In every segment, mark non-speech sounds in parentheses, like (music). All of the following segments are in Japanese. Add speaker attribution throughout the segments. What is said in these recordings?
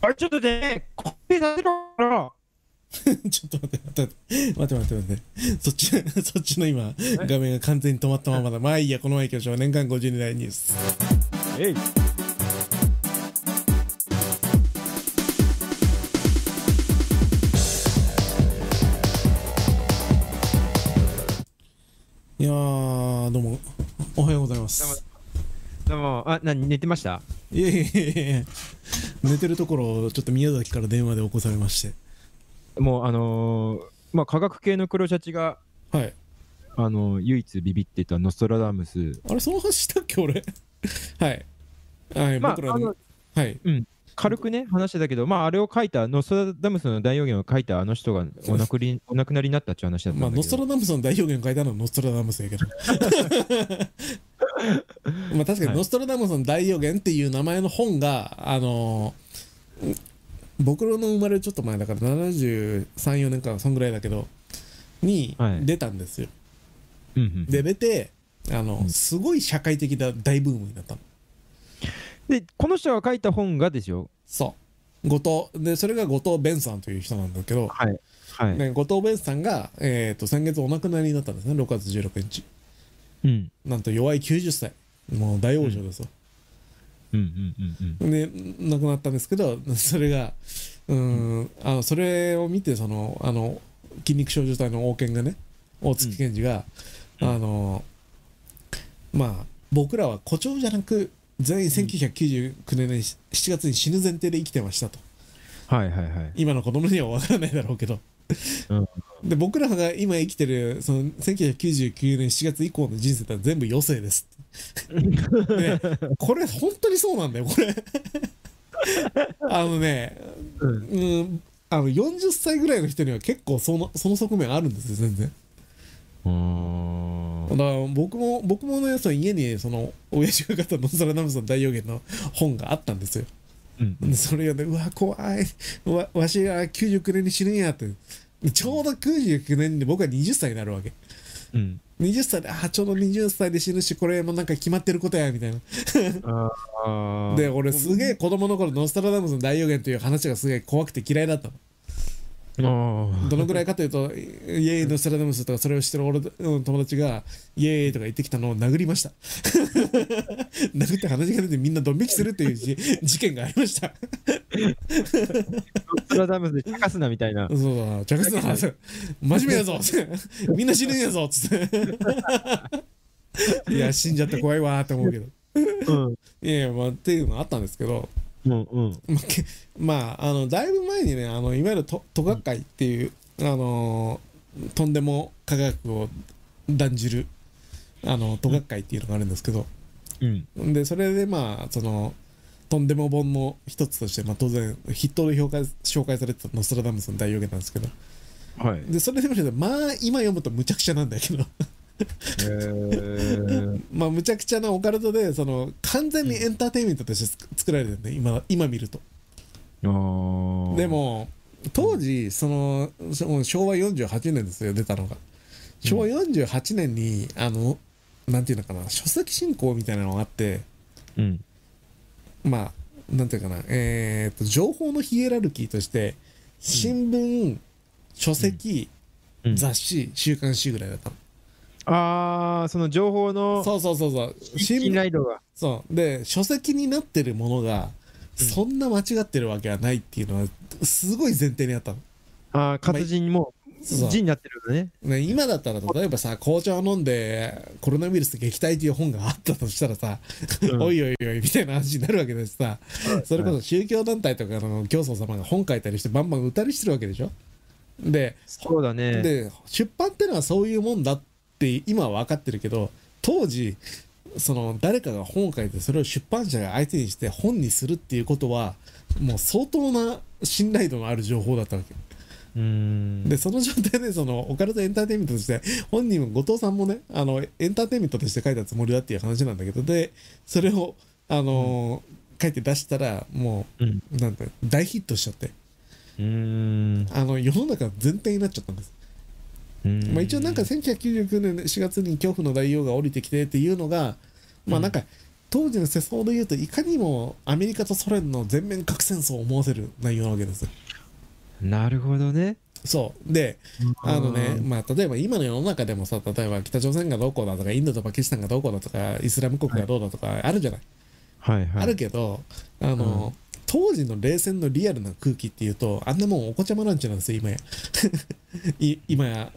Speaker 1: あれちょっとね、コピーさせろから。
Speaker 2: (laughs) ちょっと待って、待って、待って、待って、待って。そっち、そっちの今、画面が完全に止まったままだ。まあいいや、この前行きましょう。年間52代ニュース。
Speaker 1: えい。
Speaker 2: いやー、どうも、おはようございます。
Speaker 1: でも、あ、なに、寝てました
Speaker 2: いやいやいやいや寝てるところをちょっと宮崎から電話で起こされまして。
Speaker 1: もう、あのー、まあ、科学系の黒シャチが、
Speaker 2: はい。
Speaker 1: あのー、唯一ビビってたノストラダムス。
Speaker 2: あれ、その話したっけ、俺。はい。はい、
Speaker 1: まあ、
Speaker 2: 僕ら
Speaker 1: あ
Speaker 2: の
Speaker 1: の、
Speaker 2: はい。
Speaker 1: 軽くね、話してたけど、まあ、あれを書いた、ノストラダムスの大予言を書いたあの人がお亡くりお亡くなりになったっていう話だったん
Speaker 2: ま
Speaker 1: だ
Speaker 2: あ、
Speaker 1: けど。
Speaker 2: ノストラダムスの代表言を変えたのはノストラダムスやけど。 (laughs) まあ、確か
Speaker 1: はい
Speaker 2: にノストラダムスの代表言っていう名前の本が、あのーん僕の生まれるちょっと前だから、73、4年か、そんぐらいだけど、に
Speaker 1: はい
Speaker 2: 出たんですよ。
Speaker 1: うんうん
Speaker 2: で、出て、あの、
Speaker 1: うん
Speaker 2: すごい社会的な大ブームになったの。
Speaker 1: で、この人が書いた本がですよ。
Speaker 2: そう。後藤。で、それが後藤弁さんという人なんだけど、
Speaker 1: はい。はい。
Speaker 2: ね、後藤弁さんが、えっ、と、先月お亡くなりになったんですね、6月16日。
Speaker 1: うん。
Speaker 2: なんと弱い90歳。もう大往生ですよ。
Speaker 1: うんうんうんうん。
Speaker 2: で、亡くなったんですけど、 (laughs) それが、うーん、あの、それを見て、その、あの、筋肉症状体の王権がね、大月健二が、
Speaker 1: うん
Speaker 2: あの、まあ、僕らは誇張じゃなく、全員1999年に7月に死ぬ前提で生きてましたと。
Speaker 1: はいはいはい。
Speaker 2: 今の子供には分からないだろうけど、
Speaker 1: うん
Speaker 2: で僕らが今生きてるその1999年7月以降の人生とは全部余生ですってねこれ本当にそうなんだよこれ (laughs) あのね
Speaker 1: うん。
Speaker 2: うんあの40歳ぐらいの人には結構そのその側面あるんですよ全然
Speaker 1: うーん
Speaker 2: だから僕も僕もねその家にその親父が買ったノストラダムスの大予言の本があったんですよ
Speaker 1: うん
Speaker 2: でそれ読んで、うわ、怖い。わ、わしが99年に死ぬんやって。でちょうど99年で僕は20歳になるわけ。
Speaker 1: うん。
Speaker 2: 20歳で、あ、ちょうど20歳で死ぬし、これもなんか決まってることや、みたいな。
Speaker 1: あー
Speaker 2: で、俺すげえ子供の頃、ノストラダムスの大予言という話がすげえ怖くて嫌いだったの。
Speaker 1: あー
Speaker 2: どのぐらいかというと、イエーイ、ノストラダムスとか、それを知ってる俺の友達が、イエーイとか言ってきたのを殴りました。 (laughs) 殴って話が出てみんなドン引きするっていうじ事件がありました。
Speaker 1: ノストラダムスで茶化すなみたいな。
Speaker 2: そうだ、着実な、真面目やぞ (laughs) みんな死ぬんやぞ
Speaker 1: (laughs)
Speaker 2: つって。いや、死んじゃって怖いわーって思うけど。
Speaker 1: うん。
Speaker 2: いやいや、まあ、っていうのあったんですけど、
Speaker 1: うんうん。
Speaker 2: まあけ (laughs) まあ、あの、だいぶ前にね、あの、いわゆると都学会っていう、あのー、とんでも科学を断じる、あの、都学会っていうのがあるんですけど、
Speaker 1: うん。
Speaker 2: で、それでまあ、その、とんでも本の一つとして、まあ当然、筆頭で評価紹介されてたノストラダムスの大予言なんですけど、
Speaker 1: はい。
Speaker 2: でそれでもねまあ今読むとむちゃくちゃなんだけど (laughs)
Speaker 1: えー
Speaker 2: まあむちゃくちゃなオカルトでその完全にエンターテインメントとして作られてるね今今見ると
Speaker 1: あー
Speaker 2: でも当時そのそ昭和48年ですよ出たのが昭和48年にあのなんていうのかな書籍進行みたいなのがあって
Speaker 1: うん。
Speaker 2: まあなんていうかなえー、と情報のヒエラルキーとして新聞、書籍、
Speaker 1: うん
Speaker 2: 雑誌週刊誌ぐらいだったの、
Speaker 1: ああ、その情報の
Speaker 2: そうそうそうそう新
Speaker 1: 信頼度が。
Speaker 2: そう。で、書籍になってるものが、
Speaker 1: うん
Speaker 2: そんな間違ってるわけはないっていうのは、すごい前提にあったの。
Speaker 1: ああ、活字にも
Speaker 2: そう
Speaker 1: 字になってるのね。
Speaker 2: ね、今だったら、例えばさ、紅茶を飲んで、コロナウイルス撃退という本があったとしたらさ、
Speaker 1: うん
Speaker 2: おいおいおいみたいな話になるわけだしさ、それこそ宗教団体とかの教祖様が本書いたりして、バンバン売ったりしてるわけでしょで、
Speaker 1: そうだね。
Speaker 2: で出版ってのはそういうもんだって今は分かってるけど当時その誰かが本を書いてそれを出版社が相手にして本にするっていうことはもう相当な信頼度のある情報だったわけ
Speaker 1: うーん。
Speaker 2: でその状態でそのオカルトエンターテインメントとして本人も後藤さんもねあのエンターテインメントとして書いたつもりだっていう話なんだけどでそれをあのー書いて出したらも
Speaker 1: うん。
Speaker 2: うなんて大ヒットしちゃって
Speaker 1: うーん。
Speaker 2: あの世の中全体になっちゃったんですまあ、一応なんか1999年4月に恐怖の大王が降りてきてっていうのが、まあなんか当時の世相で言うといかにもアメリカとソ連の全面核戦争を思わせる内容なわけですよ
Speaker 1: なるほどね。
Speaker 2: そうであのね、まあ、例えば今の世の中でもさ例えば北朝鮮がどうこうだとかインドとパキスタンがどうこうだとかイスラム国がどうだとかあるじゃない、
Speaker 1: はいはい。
Speaker 2: あるけどあの、当時の冷戦のリアルな空気っていうとあんなもんお子ちゃまランチなんですよ今や (laughs) い今や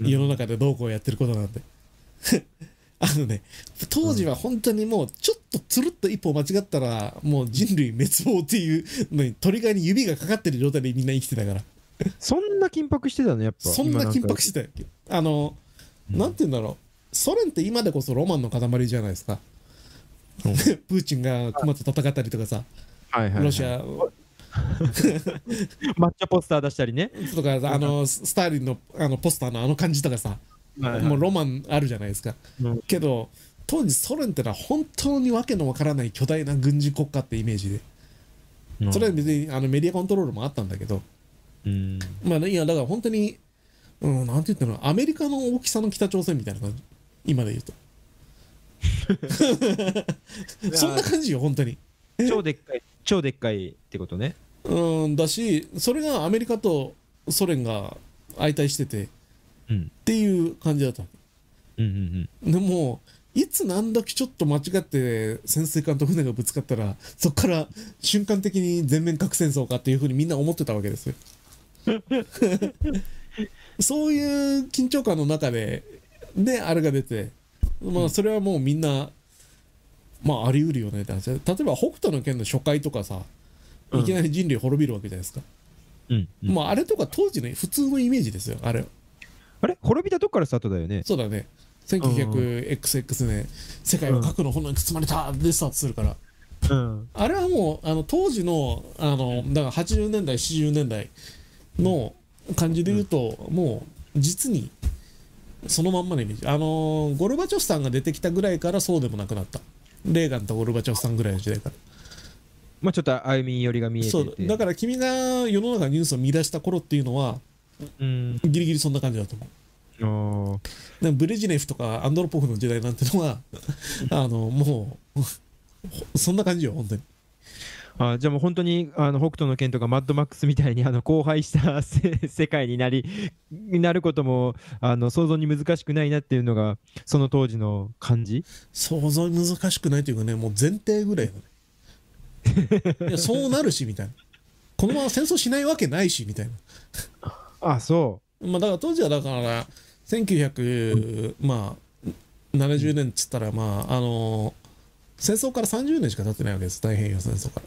Speaker 1: うん
Speaker 2: 世の中でどうこうやってることなんて (laughs) あのね当時は本当にもうちょっとつるっと一歩間違ったらもう人類滅亡っていうのにトリガーに指がかかってる状態でみんな生きてたから
Speaker 1: そんな緊迫してたのやっぱ。。
Speaker 2: そんな緊迫しててたよあの、
Speaker 1: うん
Speaker 2: なんて言うんだろうソ連って今でこそロマンの塊じゃないですか
Speaker 1: うん
Speaker 2: (laughs) プーチンが熊と戦ったりとかさ
Speaker 1: はいはいはい。
Speaker 2: ロシ。ア
Speaker 1: 抹茶ポスター出したりね。
Speaker 2: とかあのススターリンのあのポスターのあの感じとかさ、もうロマンあるじゃないですか、
Speaker 1: うん
Speaker 2: けど当時ソ連ってのは本当にわけのわからない巨大な軍事国家ってイメージで、
Speaker 1: うん
Speaker 2: それは別にあのメディアコントロールもあったんだけど
Speaker 1: うん。
Speaker 2: まあいやだから本当に、うん、なんて言ったのアメリカの大きさの北朝鮮みたいな感じ今で言うとそんな感じよ本当に
Speaker 1: 超でっかい。超でっかいってことね。
Speaker 2: うんだしそれがアメリカとソ連が相対しててっ
Speaker 1: うん。
Speaker 2: ていう感じだった
Speaker 1: うんうん
Speaker 2: でもいつ何時ちょっと間違って潜水艦と船がぶつかったらそこから瞬間的に全面核戦争かっていうふうにみんな思ってたわけで
Speaker 1: (laughs)
Speaker 2: すよそういう緊張感の中でであれが出てまあそれはもうみんな、まああり得るよねって話例えば北斗の拳の初回とかさ
Speaker 1: うん
Speaker 2: いきなり人類滅びるわけじゃないですか、
Speaker 1: うん。うんうん。
Speaker 2: まああれとか当時の普通のイメージですよあれ
Speaker 1: あれ滅びたとこからスタートだよね。
Speaker 2: そうだね 1900XX 年、世界は核の炎に包まれたでスタートするから、
Speaker 1: うん。
Speaker 2: あれはもうあの当時のあのだから80年代70年代の感じで言うと、もう実にそのまんまのイメージあのゴルバチョフさんが出てきたぐらいからそうでもなくなったレーガンとゴルバチョフさんぐらいの時代から
Speaker 1: まあちょっと歩み寄りが見えてて。
Speaker 2: そうだから君が世の中のニュースを見出した頃っていうのは
Speaker 1: うん。
Speaker 2: ギリギリそんな感じだと思う
Speaker 1: あー
Speaker 2: でもブレジネフとかアンドロポフの時代なんてのはあのもうそんな感じよ本当に
Speaker 1: あーじゃあもう本当にあの北斗の拳とかマッドマックスみたいにあの荒廃したせ世界になりなることもあの想像に難しくないなっていうのがその当時の感じ
Speaker 2: 想像に難しくないというかねもう前提ぐらいだねいやそうなるしみたいなこのまま戦争しないわけないしみたいな
Speaker 1: あそ
Speaker 2: まあだから当時はだから1970、まあ、70年っつったらまああの戦争から30年しか経ってないわけです太平洋戦争か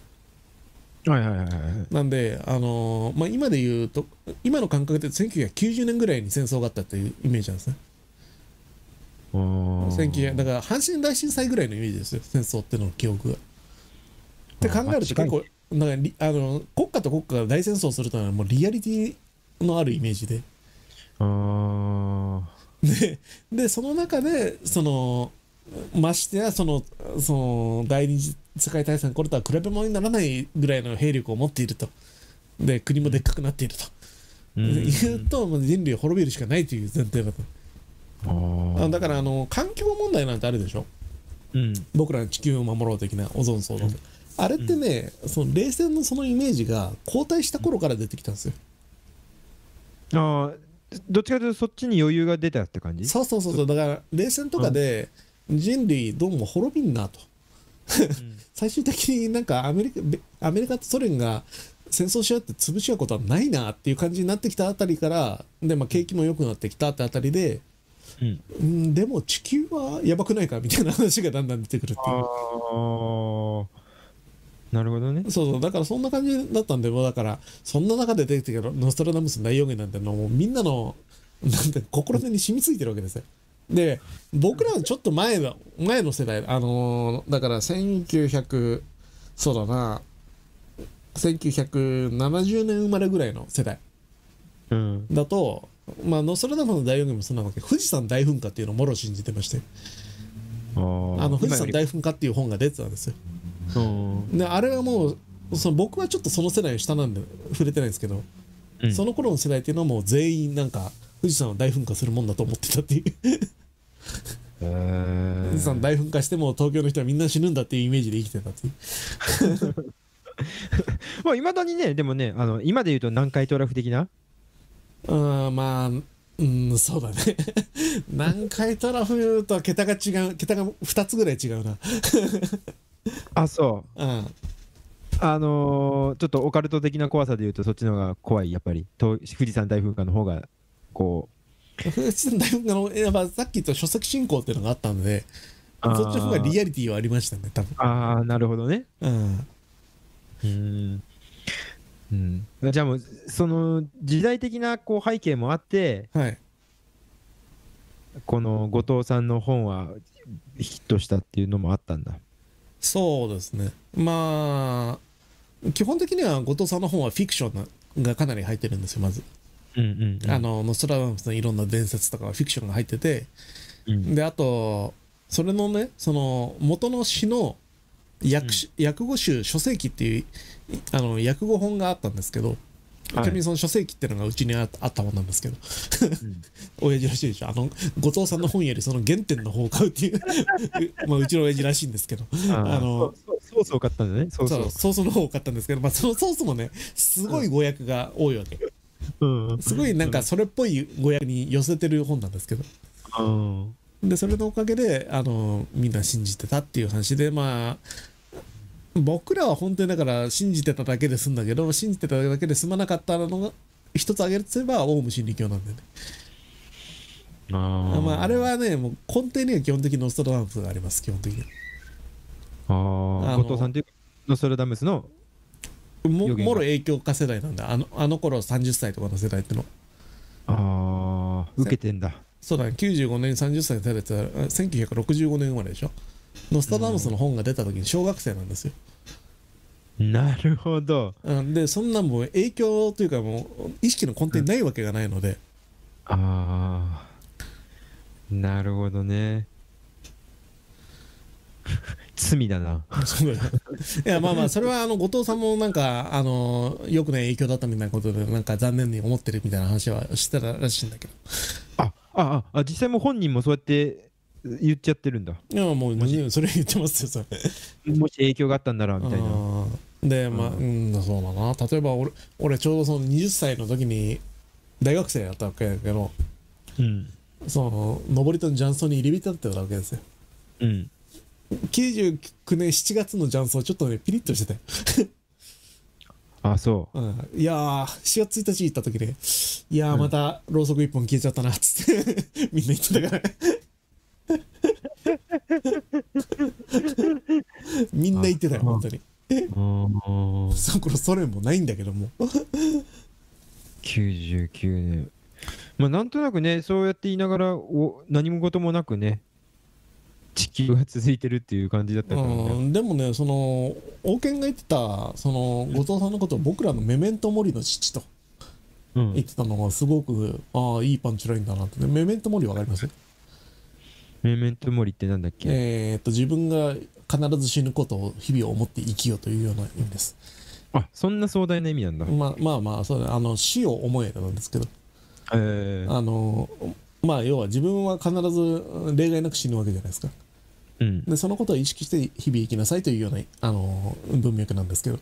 Speaker 2: ら
Speaker 1: うはいはいはいはい
Speaker 2: なんで、あのーまあ、今で言うと、今の感覚で1990年ぐらいに戦争があったっていうイメージなんですね。1900だから阪神大震災ぐらいのイメージですよ、戦争っていうのの記憶が。って考えると結構、なんかりあの国家と国家が大戦争するというのはもうリアリティのあるイメージで。
Speaker 1: あー
Speaker 2: で、でその中で、その、ましてやその、その、第二次世界大戦の頃とは比べ物にならないぐらいの兵力を持っていると。で、国もでっかくなっていると。
Speaker 1: うん
Speaker 2: 言うともう人類滅びるしかないという前提だと、
Speaker 1: あー
Speaker 2: あだからあの環境問題なんてあるでしょ
Speaker 1: うん
Speaker 2: 僕らの地球を守ろう的なオゾン層の、あれってね、その冷戦のそのイメージが後退した頃から出てきたんですよ、
Speaker 1: あーどっちかというとそっちに余裕が出たって感じ
Speaker 2: そうそうそうそうだから冷戦とかで人類どうも滅びんなと
Speaker 1: うん
Speaker 2: (laughs) 最終的になんかアメリカべアメリカとソ連が戦争し合って潰し合うことはないなっていう感じになってきたあたりからで、まあ、景気も良くなってきたってあたりで
Speaker 1: うん
Speaker 2: うんでも地球はやばくないかみたいな話がだんだん出てくるって
Speaker 1: あ
Speaker 2: いう
Speaker 1: ーなるほどね
Speaker 2: そうそうだからそんな感じだったんでもうだからそんな中で出てきたノストラダムスの大予言なんてのはもうみんなのなんて心手に染みついてるわけですよで僕らはちょっと前の前の世代あのーだから1900そうだな1970年生まれぐらいの世代
Speaker 1: うん
Speaker 2: だとまあノストラダムスの大予言もそうなわけ富士山大噴火っていうのをもろ信じてまして
Speaker 1: あ
Speaker 2: あの富士山
Speaker 1: 大
Speaker 2: 大噴火っていう本が出てたんですよ
Speaker 1: うん
Speaker 2: であれはもうその僕はちょっとその世代の下なんで触れてないんですけど、
Speaker 1: うん
Speaker 2: その頃の世代っていうのはもう全員なんか富士山は大噴火するもんだと思ってたっていう
Speaker 1: へー
Speaker 2: 富士山大噴火しても東京の人はみんな死ぬんだっていうイメージで生きてたっていう
Speaker 1: まあ、いまだにね、でもね、あの今で言うと南海トラフ的な、
Speaker 2: うんまあうんそうだね (laughs) 南海トラフとは桁が違う桁が2つぐらい違うな
Speaker 1: あ、そ
Speaker 2: うん
Speaker 1: う、あのーちょっとオカルト的な怖さで言うと、そっちの方が怖い、やっぱり、と富士山大噴火の方が、こう、
Speaker 2: 富士山大噴火のやっぱさっき言った書籍進行っていうのがあったのでそっちの方がリアリティはありましたね多分
Speaker 1: あーあー、なるほどね。
Speaker 2: うん
Speaker 1: うんうん、じゃあもうその時代的なこう背景もあって
Speaker 2: はい
Speaker 1: この後藤さんの本はヒットしたっていうのもあったんだ
Speaker 2: そうですねまあ基本的には後藤さんの本はフィクションながかなり入ってるんですよまず、
Speaker 1: うんうんうん
Speaker 2: あのノストラダムスのいろんな伝説とかはフィクションが入ってて
Speaker 1: うん
Speaker 2: であとそれのねその元の詩の訳,、訳語集書籍っていういあの訳語本があったんですけど、
Speaker 1: はい
Speaker 2: ちなみにその書籍っていうのがうちにああったもんなんですけど
Speaker 1: うん
Speaker 2: 親父らしいでしょあの後藤さんの本よりその原点の方を買うっていう (laughs) うまあうちの親父らしいんですけど
Speaker 1: あ
Speaker 2: あの
Speaker 1: のそうそうそう買ったんだねそう
Speaker 2: そ
Speaker 1: そう
Speaker 2: うソースの方を買ったんですけど、まあ、そのソースもねすごい語訳が多いわけ
Speaker 1: うんうん
Speaker 2: すごいなんかそれっぽい語訳に寄せてる本なんですけど
Speaker 1: うん
Speaker 2: でそれのおかげであのみんな信じてたっていう話でまあ僕らは本当にだから信じてただけで済んだけど信じてただけで済まなかったのが一つ挙げるとすればオウム真理教なんでね
Speaker 1: あ
Speaker 2: あ,、
Speaker 1: ー
Speaker 2: まあ、あれはねもう根底には基本的にノストラダムスがあります基本的に
Speaker 1: あー
Speaker 2: あの
Speaker 1: 後藤さんというかノストラダムスの
Speaker 2: も
Speaker 1: 予言が
Speaker 2: もろ影響家世代なんであのあの頃30歳とかの世代っての
Speaker 1: あ
Speaker 2: は
Speaker 1: あ受けてんだ
Speaker 2: そうだね95年30歳の世代って言ったらあ1965年生まれでしょノストラダムスの本が出た時に小学生なんですよ
Speaker 1: なるほど
Speaker 2: うんでそんなんもう影響というかもう意識の根底にないわけがない
Speaker 1: (laughs)
Speaker 2: ので、
Speaker 1: ああなるほどね (laughs) 罪だな
Speaker 2: そうだよいやまあまあそれはあの後藤さんもなんかあのよくない影響だったみたいなことでなんか残念に思ってるみたいな話はしてたらしいんだけど
Speaker 1: ああああ実際も本人もそうやって言っちゃってるんだ
Speaker 2: いやもうそれ言ってますよそれ
Speaker 1: もし影響があったんな (laughs) らみたいな
Speaker 2: あーでまあ、うん、そうだな例えば俺俺ちょうどその20歳の時に大学生だったわけだけど
Speaker 1: うん
Speaker 2: その登戸の雀荘に入り浸ってたわけですよ
Speaker 1: うん
Speaker 2: 99年7月の雀荘ちょっとねピリッとしてて
Speaker 1: あそ
Speaker 2: うんいやー、4月1日行った時で、いやー、また、ろうそく一本消えちゃったな、つって、 (laughs) みんな言ってたから。 (laughs) みんな言ってたよ、
Speaker 1: あ
Speaker 2: 本当に。
Speaker 1: ううん
Speaker 2: その頃ソ連もないんだけども。
Speaker 1: 99年まあなんとなくねそうやって言いながらお何も事もなくね地球が続いてるっていう感じだったから
Speaker 2: う
Speaker 1: ね
Speaker 2: ん、でもね、その、王権が言ってた、その、後藤さんのことを僕らのメメントモリの父と
Speaker 1: うん
Speaker 2: 言ってたのが、すごく、ああ、いいパンチラインだなって。メメントモリわかります
Speaker 1: メメントモリってなんだっけ
Speaker 2: えーっと、自分が必ず死ぬことを日々思って生きようというような意味です。
Speaker 1: あそんな壮大な意味なんだ
Speaker 2: まあまあまあそうだあの死を思えなんですけど
Speaker 1: えー
Speaker 2: あのまあ要は自分は必ず例外なく死ぬわけじゃないですか
Speaker 1: うん
Speaker 2: でそのことを意識して日々生きなさいというようなあの文脈なんですけど
Speaker 1: う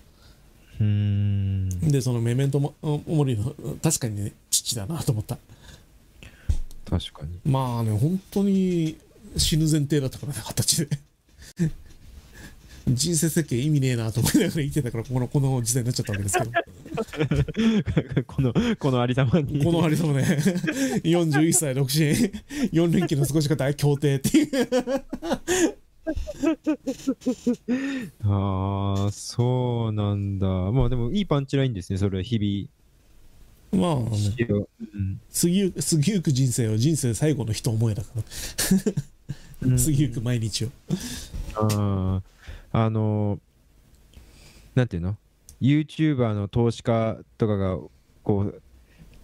Speaker 1: ーん
Speaker 2: でそのメメントモモリの確かにね父だなと思った
Speaker 1: 確かに (laughs)
Speaker 2: まあね本当に死ぬ前提だったからね二十歳で人生設計意味ねえなと思いながら生きてたからこのこの時代になっちゃったわけですけど
Speaker 1: このこのありさまに
Speaker 2: このありさまね41歳独身4連休の過ごし方協定っていう
Speaker 1: ああ、そうなんだ。まあでもいいパンチラインですね、それは日
Speaker 2: まあ、ね、
Speaker 1: 々。うん
Speaker 2: 過ぎゆく過ぎゆく人生を人生最後の人思いだから、
Speaker 1: うん
Speaker 2: 過ぎゆく毎日を
Speaker 1: ああ、あのー、なんていうの ?YouTuber の投資家とかが、こう、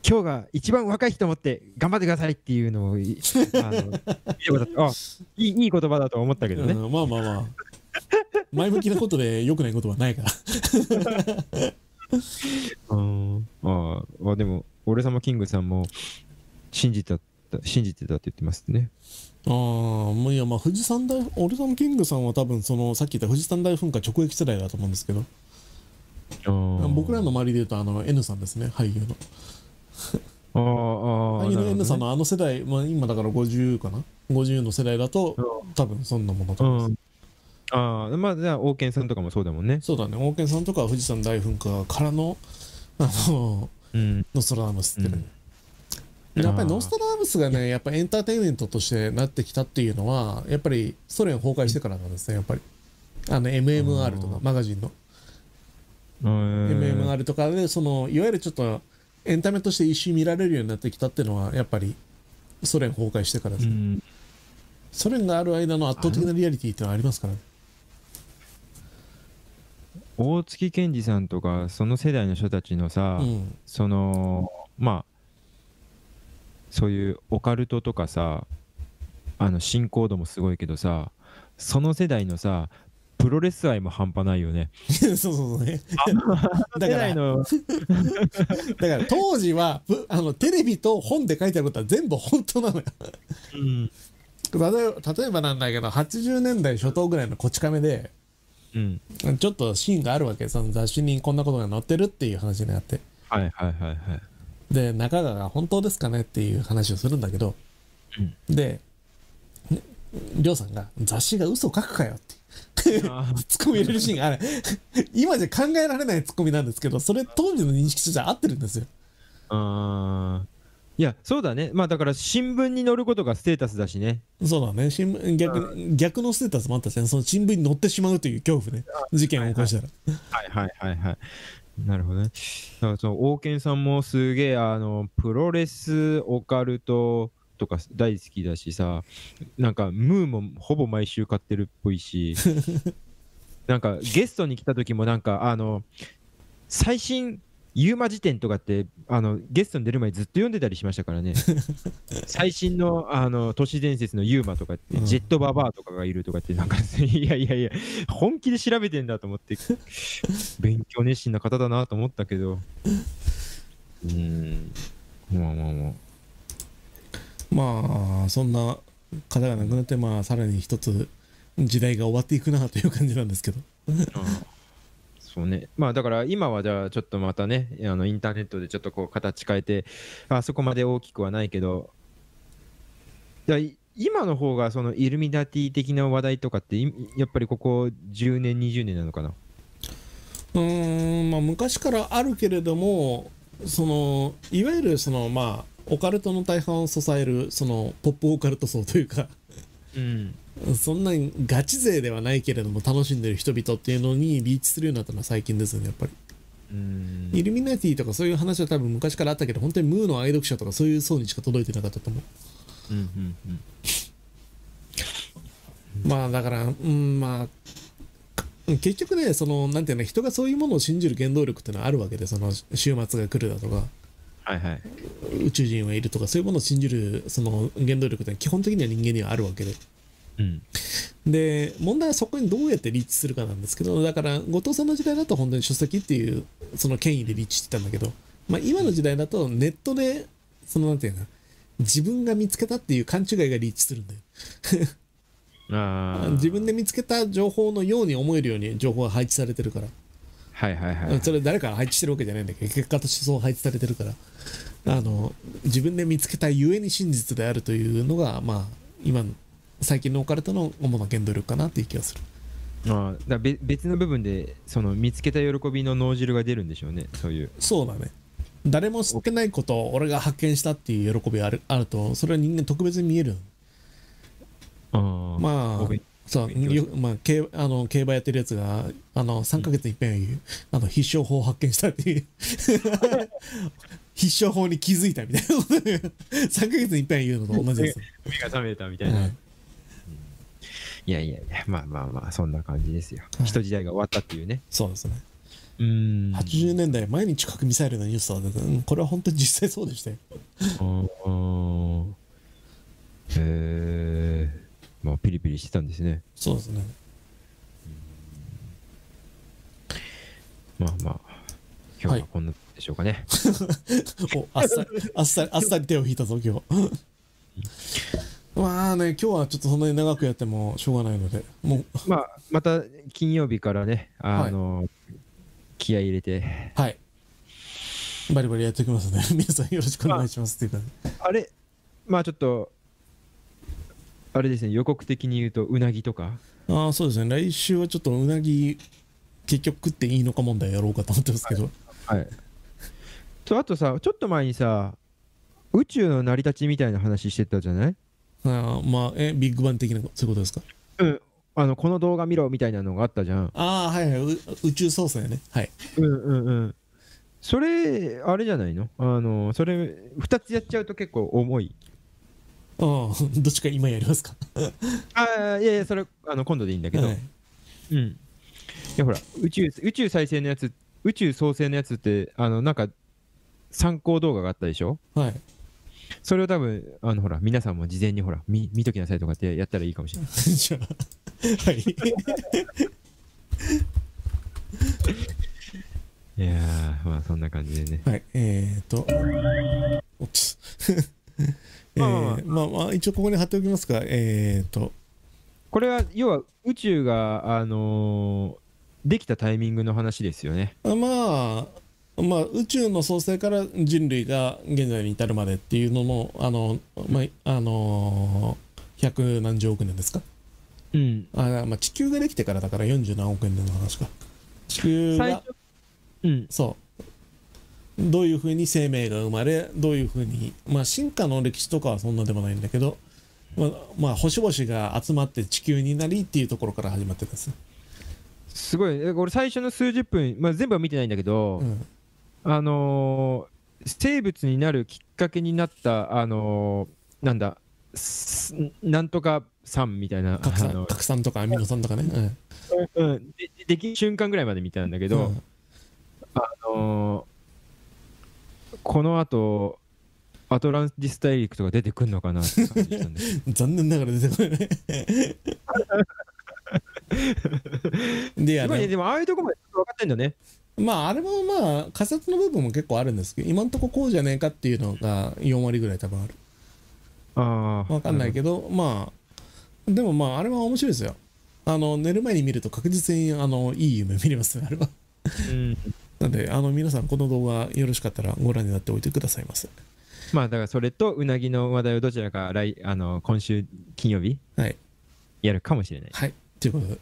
Speaker 1: 今日が一番若い日と思って頑張ってくださいっていうのをい、
Speaker 2: (laughs)
Speaker 1: あのいい言葉だとあいいいい言葉だと思ったけどね。
Speaker 2: うんまあまあまあ前向きなことで良くないことはないから
Speaker 1: うん、あーあ、でも、俺様キングさんも信じたた、信じてたって言ってますね。
Speaker 2: ああもういやまあ富士山大オルタムキングさんは多分そのさっき言った富士山大噴火直撃世代だと思うんですけど僕らの周りで言うとあの N さんですね俳優の
Speaker 1: あーあー、
Speaker 2: 俳優の N さん
Speaker 1: なる
Speaker 2: のあの世代、まあ、今だから50かな50の世代だと
Speaker 1: ほどね
Speaker 2: 多分そんなものだと思います、
Speaker 1: うんああ、まあ、じゃあ、王健さんとかもそうだもんね。
Speaker 2: そうだね王健さんとかは富士山大噴火からのあの (laughs)
Speaker 1: うん。
Speaker 2: ノストラダムスってね、
Speaker 1: うん
Speaker 2: やっぱりノストラダムスがねやっぱエンターテインメントとしてなってきたっていうのはやっぱりソ連崩壊してからなんですねやっぱりあの MMR と
Speaker 1: あ
Speaker 2: か
Speaker 1: ー
Speaker 2: マガジンの
Speaker 1: うーん
Speaker 2: MMR とかでそのいわゆるちょっとエンタメとして一周見られるようになってきたっていうのはやっぱりソ連崩壊してからです、
Speaker 1: うん
Speaker 2: ソ連がある間の圧倒的なリアリティってのはありますからね
Speaker 1: 大月健二さんとか、その世代の人たちのさ、
Speaker 2: うん
Speaker 1: その、まあ、そういうオカルトとかさ、あの、信仰度もすごいけどさ、その世代のさ、プロレス愛も半端ないよね。
Speaker 2: (laughs) そうそうそうね。だ
Speaker 1: 世
Speaker 2: か
Speaker 1: 代
Speaker 2: ら、だ (laughs)
Speaker 1: の、
Speaker 2: から当時は、ぶあの、テレビと本で書いてあることは全部本当なのよ。
Speaker 1: う
Speaker 2: (laughs)
Speaker 1: ん。
Speaker 2: 例えば例えばなんだけど、80年代初頭ぐらいのこち亀で、
Speaker 1: うん。
Speaker 2: ちょっとシーンがあるわけその雑誌にこんなことが載ってるっていう話になって。
Speaker 1: はいはいはいはい。
Speaker 2: で、中川が本当ですかねっていう話をするんだけど、で、ねりょうさんが、雑誌が嘘書くかよって。
Speaker 1: あ
Speaker 2: ツッコミ入れるシーンがあれ、今じゃ考えられないツッコミなんですけど、それ当時の認識としては合ってるんですよ。
Speaker 1: あーいやそうだねまあだから新聞に載ることがステータスだしね
Speaker 2: そうだね新聞逆,、逆のステータスもあったしねその新聞に載ってしまうという恐怖ね事件を起こしたら、
Speaker 1: はいはいはいはいなるほどねだからその王健さんもすげえあのプロレスオカルトとか大好きだしさなんかムーもほぼ毎週買ってるっぽい
Speaker 2: (laughs)
Speaker 1: しなんかゲストに来た時もなんかあの最新ユーマ辞典とかってあのゲストに出る前にずっと読んでたりしましたから
Speaker 2: (laughs)
Speaker 1: ね最新のあの都市伝説のユーマとかって、
Speaker 2: うん
Speaker 1: ジェットババアとかがいるとかってなんか (laughs) いやいやいや本気で調べてんだと思って勉強熱心な方だなと思ったけ
Speaker 2: (laughs)
Speaker 1: どうーんまあまあまあ
Speaker 2: まあそんな方が亡くなってまあさらに一つ時代が終わっていくなという感じなんですけど
Speaker 1: そうねまあだから今はじゃあちょっとまたねあのインターネットでちょっとこう形変えてあそこまで大きくはないけどだい今の方がそのイルミナティ的な話題とかっていやっぱりここ10年20年なのかな
Speaker 2: うーんまあ昔からあるけれどもそのいわゆるそのまあオカルトの大半を支えるそのポップオカルト層というか (laughs)
Speaker 1: うん
Speaker 2: そんなにガチ勢ではないけれども楽しんでる人々っていうのにリーチするようになったのは最近ですよねやっぱり
Speaker 1: うん
Speaker 2: イルミナティとかそういう話は多分昔からあったけど本当にムーの愛読者とかそういう層にしか届いてなかったと思う
Speaker 1: うんうんうん
Speaker 2: まあだからうんまあ結局ねそのなんていうの人がそういうものを信じる原動力っていうのはあるわけでその週末が来るだとか
Speaker 1: はいはい
Speaker 2: 宇宙人はいるとかそういうものを信じるその原動力っていうのは基本的には人間にはあるわけで
Speaker 1: うん
Speaker 2: で問題はそこにどうやってリーチするかなんですけどだから後藤さんの時代だと本当に書籍っていうその権威でリーチしてたんだけど、まあ、今の時代だとネットでそのなんていうかな自分が見つけたっていう勘違いがリーチするんだよ
Speaker 1: ああ
Speaker 2: 自分で見つけた情報のように思えるように情報が配置されてるから
Speaker 1: はいはいはい
Speaker 2: それ誰かが配置してるわけじゃないんだけど結果としてそう配置されてるからあの自分で見つけたゆえに真実であるというのがまあ今の最近のオカルトの主な原動力かなっていう気がする
Speaker 1: ああだべ別の部分でその見つけた喜びの脳汁が出るんでしょうねそういう
Speaker 2: そうだね誰も知ってないことを俺が発見したっていう喜びがあるあるとそれは人間特別に見える
Speaker 1: ああ
Speaker 2: まあ
Speaker 1: 僕に
Speaker 2: そう
Speaker 1: 勉強
Speaker 2: よまあ、競あの競馬やってるやつがあの3ヶ月に一遍は言う、あの必勝法を発見したっていう必勝法に気づいたみたいなこと言う3ヶ月に一遍は言うのと同じです、
Speaker 1: 目が覚めたみた
Speaker 2: う
Speaker 1: いな、い
Speaker 2: ん
Speaker 1: やいやいやまあまあまあそんな感じですよ、
Speaker 2: はい
Speaker 1: 人時代が終わったっていうね
Speaker 2: そうですね
Speaker 1: うーん
Speaker 2: 80年代毎日核ミサイルのニュースは出てうんこれは本当に実際そうでしたよ
Speaker 1: 年へえまあピリピリしてたんですね
Speaker 2: そうですね
Speaker 1: まあまあ今日はこんなでしょうかね、
Speaker 2: おあっさりあっさりあっさり手を引いたぞ今日まあね、今日はちょっとそんなに長くやってもしょうがないので、もう、
Speaker 1: まあ、また金曜日からね、あの、気合い入れて。
Speaker 2: はい。バリバリやっておきますので、 (laughs) 皆さんよろしくお願いしますっていう感じ。
Speaker 1: あれ、まあちょっと、あれですね、予告的に言うと、うなぎとか。
Speaker 2: ああ、そうですね。来週はちょっとうなぎ、結局食っていいのか問題やろうかと思ってますけど。
Speaker 1: はい。と、あとさ、ちょっと前にさ、宇宙の成り立ちみたいな話してたじゃない
Speaker 2: ああまあ、え、ビッグバン的な、そういうことですか。
Speaker 1: うん。あの、この動画見ろみたいなのがあったじゃん。
Speaker 2: ああ、はいはい。う宇宙操作やね。はい。
Speaker 1: うんうんうん。それ、あれじゃないのあの、それ、2つやっちゃうと結構重い。
Speaker 2: ああ、 (laughs) どっちか今やりますか。
Speaker 1: ああ、いやいや、それ、あの、今度でいいんだけど。
Speaker 2: はい
Speaker 1: うん。いや、ほら、宇宙、宇宙再生のやつ、宇宙創生のやつって、あの、なんか、参考動画があったでしょ
Speaker 2: (laughs) はい。 (laughs)
Speaker 1: それを多分、あの、ほら、皆さんも事前にほら、見、見ときなさいとかってやったらいいかもしれない。
Speaker 2: じゃあ、 (laughs) はい。
Speaker 1: (laughs) いやー、まあ、そんな感じでね。
Speaker 2: はい。えーと、おっつ。 (laughs) え
Speaker 1: まあまあまあ
Speaker 2: ー、まあまあ、一応ここに貼っておきますが、えーと、
Speaker 1: これは、要は、宇宙が、あのーできたタイミングの話ですよね。
Speaker 2: あまあ、まあ、宇宙の創生から人類が現在に至るまでっていうのの、あの、まあ、あのー、百何十億年ですか
Speaker 1: うん。
Speaker 2: あー、まあ、地球ができてからだから40何億年の話か。地球
Speaker 1: 最
Speaker 2: が
Speaker 1: 初、うん。
Speaker 2: そうどういうふうに生命が生まれどういうふうにまあ進化の歴史とかはそんなでもないんだけどまあ、まあ、星々が集まって地球になりっていうところから始まってですね、
Speaker 1: すごい、え俺、最初の数十分、まあ、全部は見てないんだけど、
Speaker 2: うん、
Speaker 1: あのー生物になるきっかけになった、あのーなんだ、すなんとか酸みたいな、
Speaker 2: 核
Speaker 1: あ
Speaker 2: 酸
Speaker 1: の
Speaker 2: 核酸とかアミノ酸とかね、うん
Speaker 1: うん、でできる瞬間ぐらいまで見たんだけど、
Speaker 2: うん
Speaker 1: あのーこのあと、アトランティス大陸とか出てくんのかなって感じしたん
Speaker 2: (laughs)
Speaker 1: だけど
Speaker 2: 残念ながら出てこない
Speaker 1: (laughs)
Speaker 2: ねでや
Speaker 1: すごいね、
Speaker 2: ね
Speaker 1: でもああいうとこまで分かってんだね。
Speaker 2: まああれもまあ仮説の部分も結構あるんですけど今んとここうじゃねえかっていうのが4割ぐらい多分ある
Speaker 1: ああ。
Speaker 2: わかんないけど、まあ、でもまあ、あれは面白いですよ。あの、寝る前に見ると確実に、あの、いい夢見れますね、あれは。
Speaker 1: ど。うん
Speaker 2: な
Speaker 1: (laughs)
Speaker 2: んで、あの、皆さん、この動画、よろしかったらご覧になっておいてくださいませ。
Speaker 1: まあだからそれとうなぎの話題をどちらか来あの今週金曜日
Speaker 2: はい。
Speaker 1: やるかもしれない
Speaker 2: はい。ということで、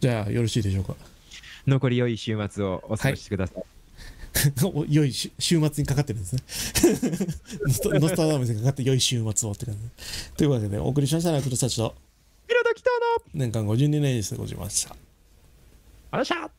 Speaker 2: じゃあ、よろしいでしょうか。
Speaker 1: 残り良い週末をお過ごしください、
Speaker 2: お良いし週末にかかってるんですね。 (laughs) ノスタノスタダムスにかかって、良い週末をって感じ。というわけで、お送りしましたのは、黒たちと、
Speaker 1: ピロドキトーの
Speaker 2: 年間52年に過ごしました。
Speaker 1: あらっしゃー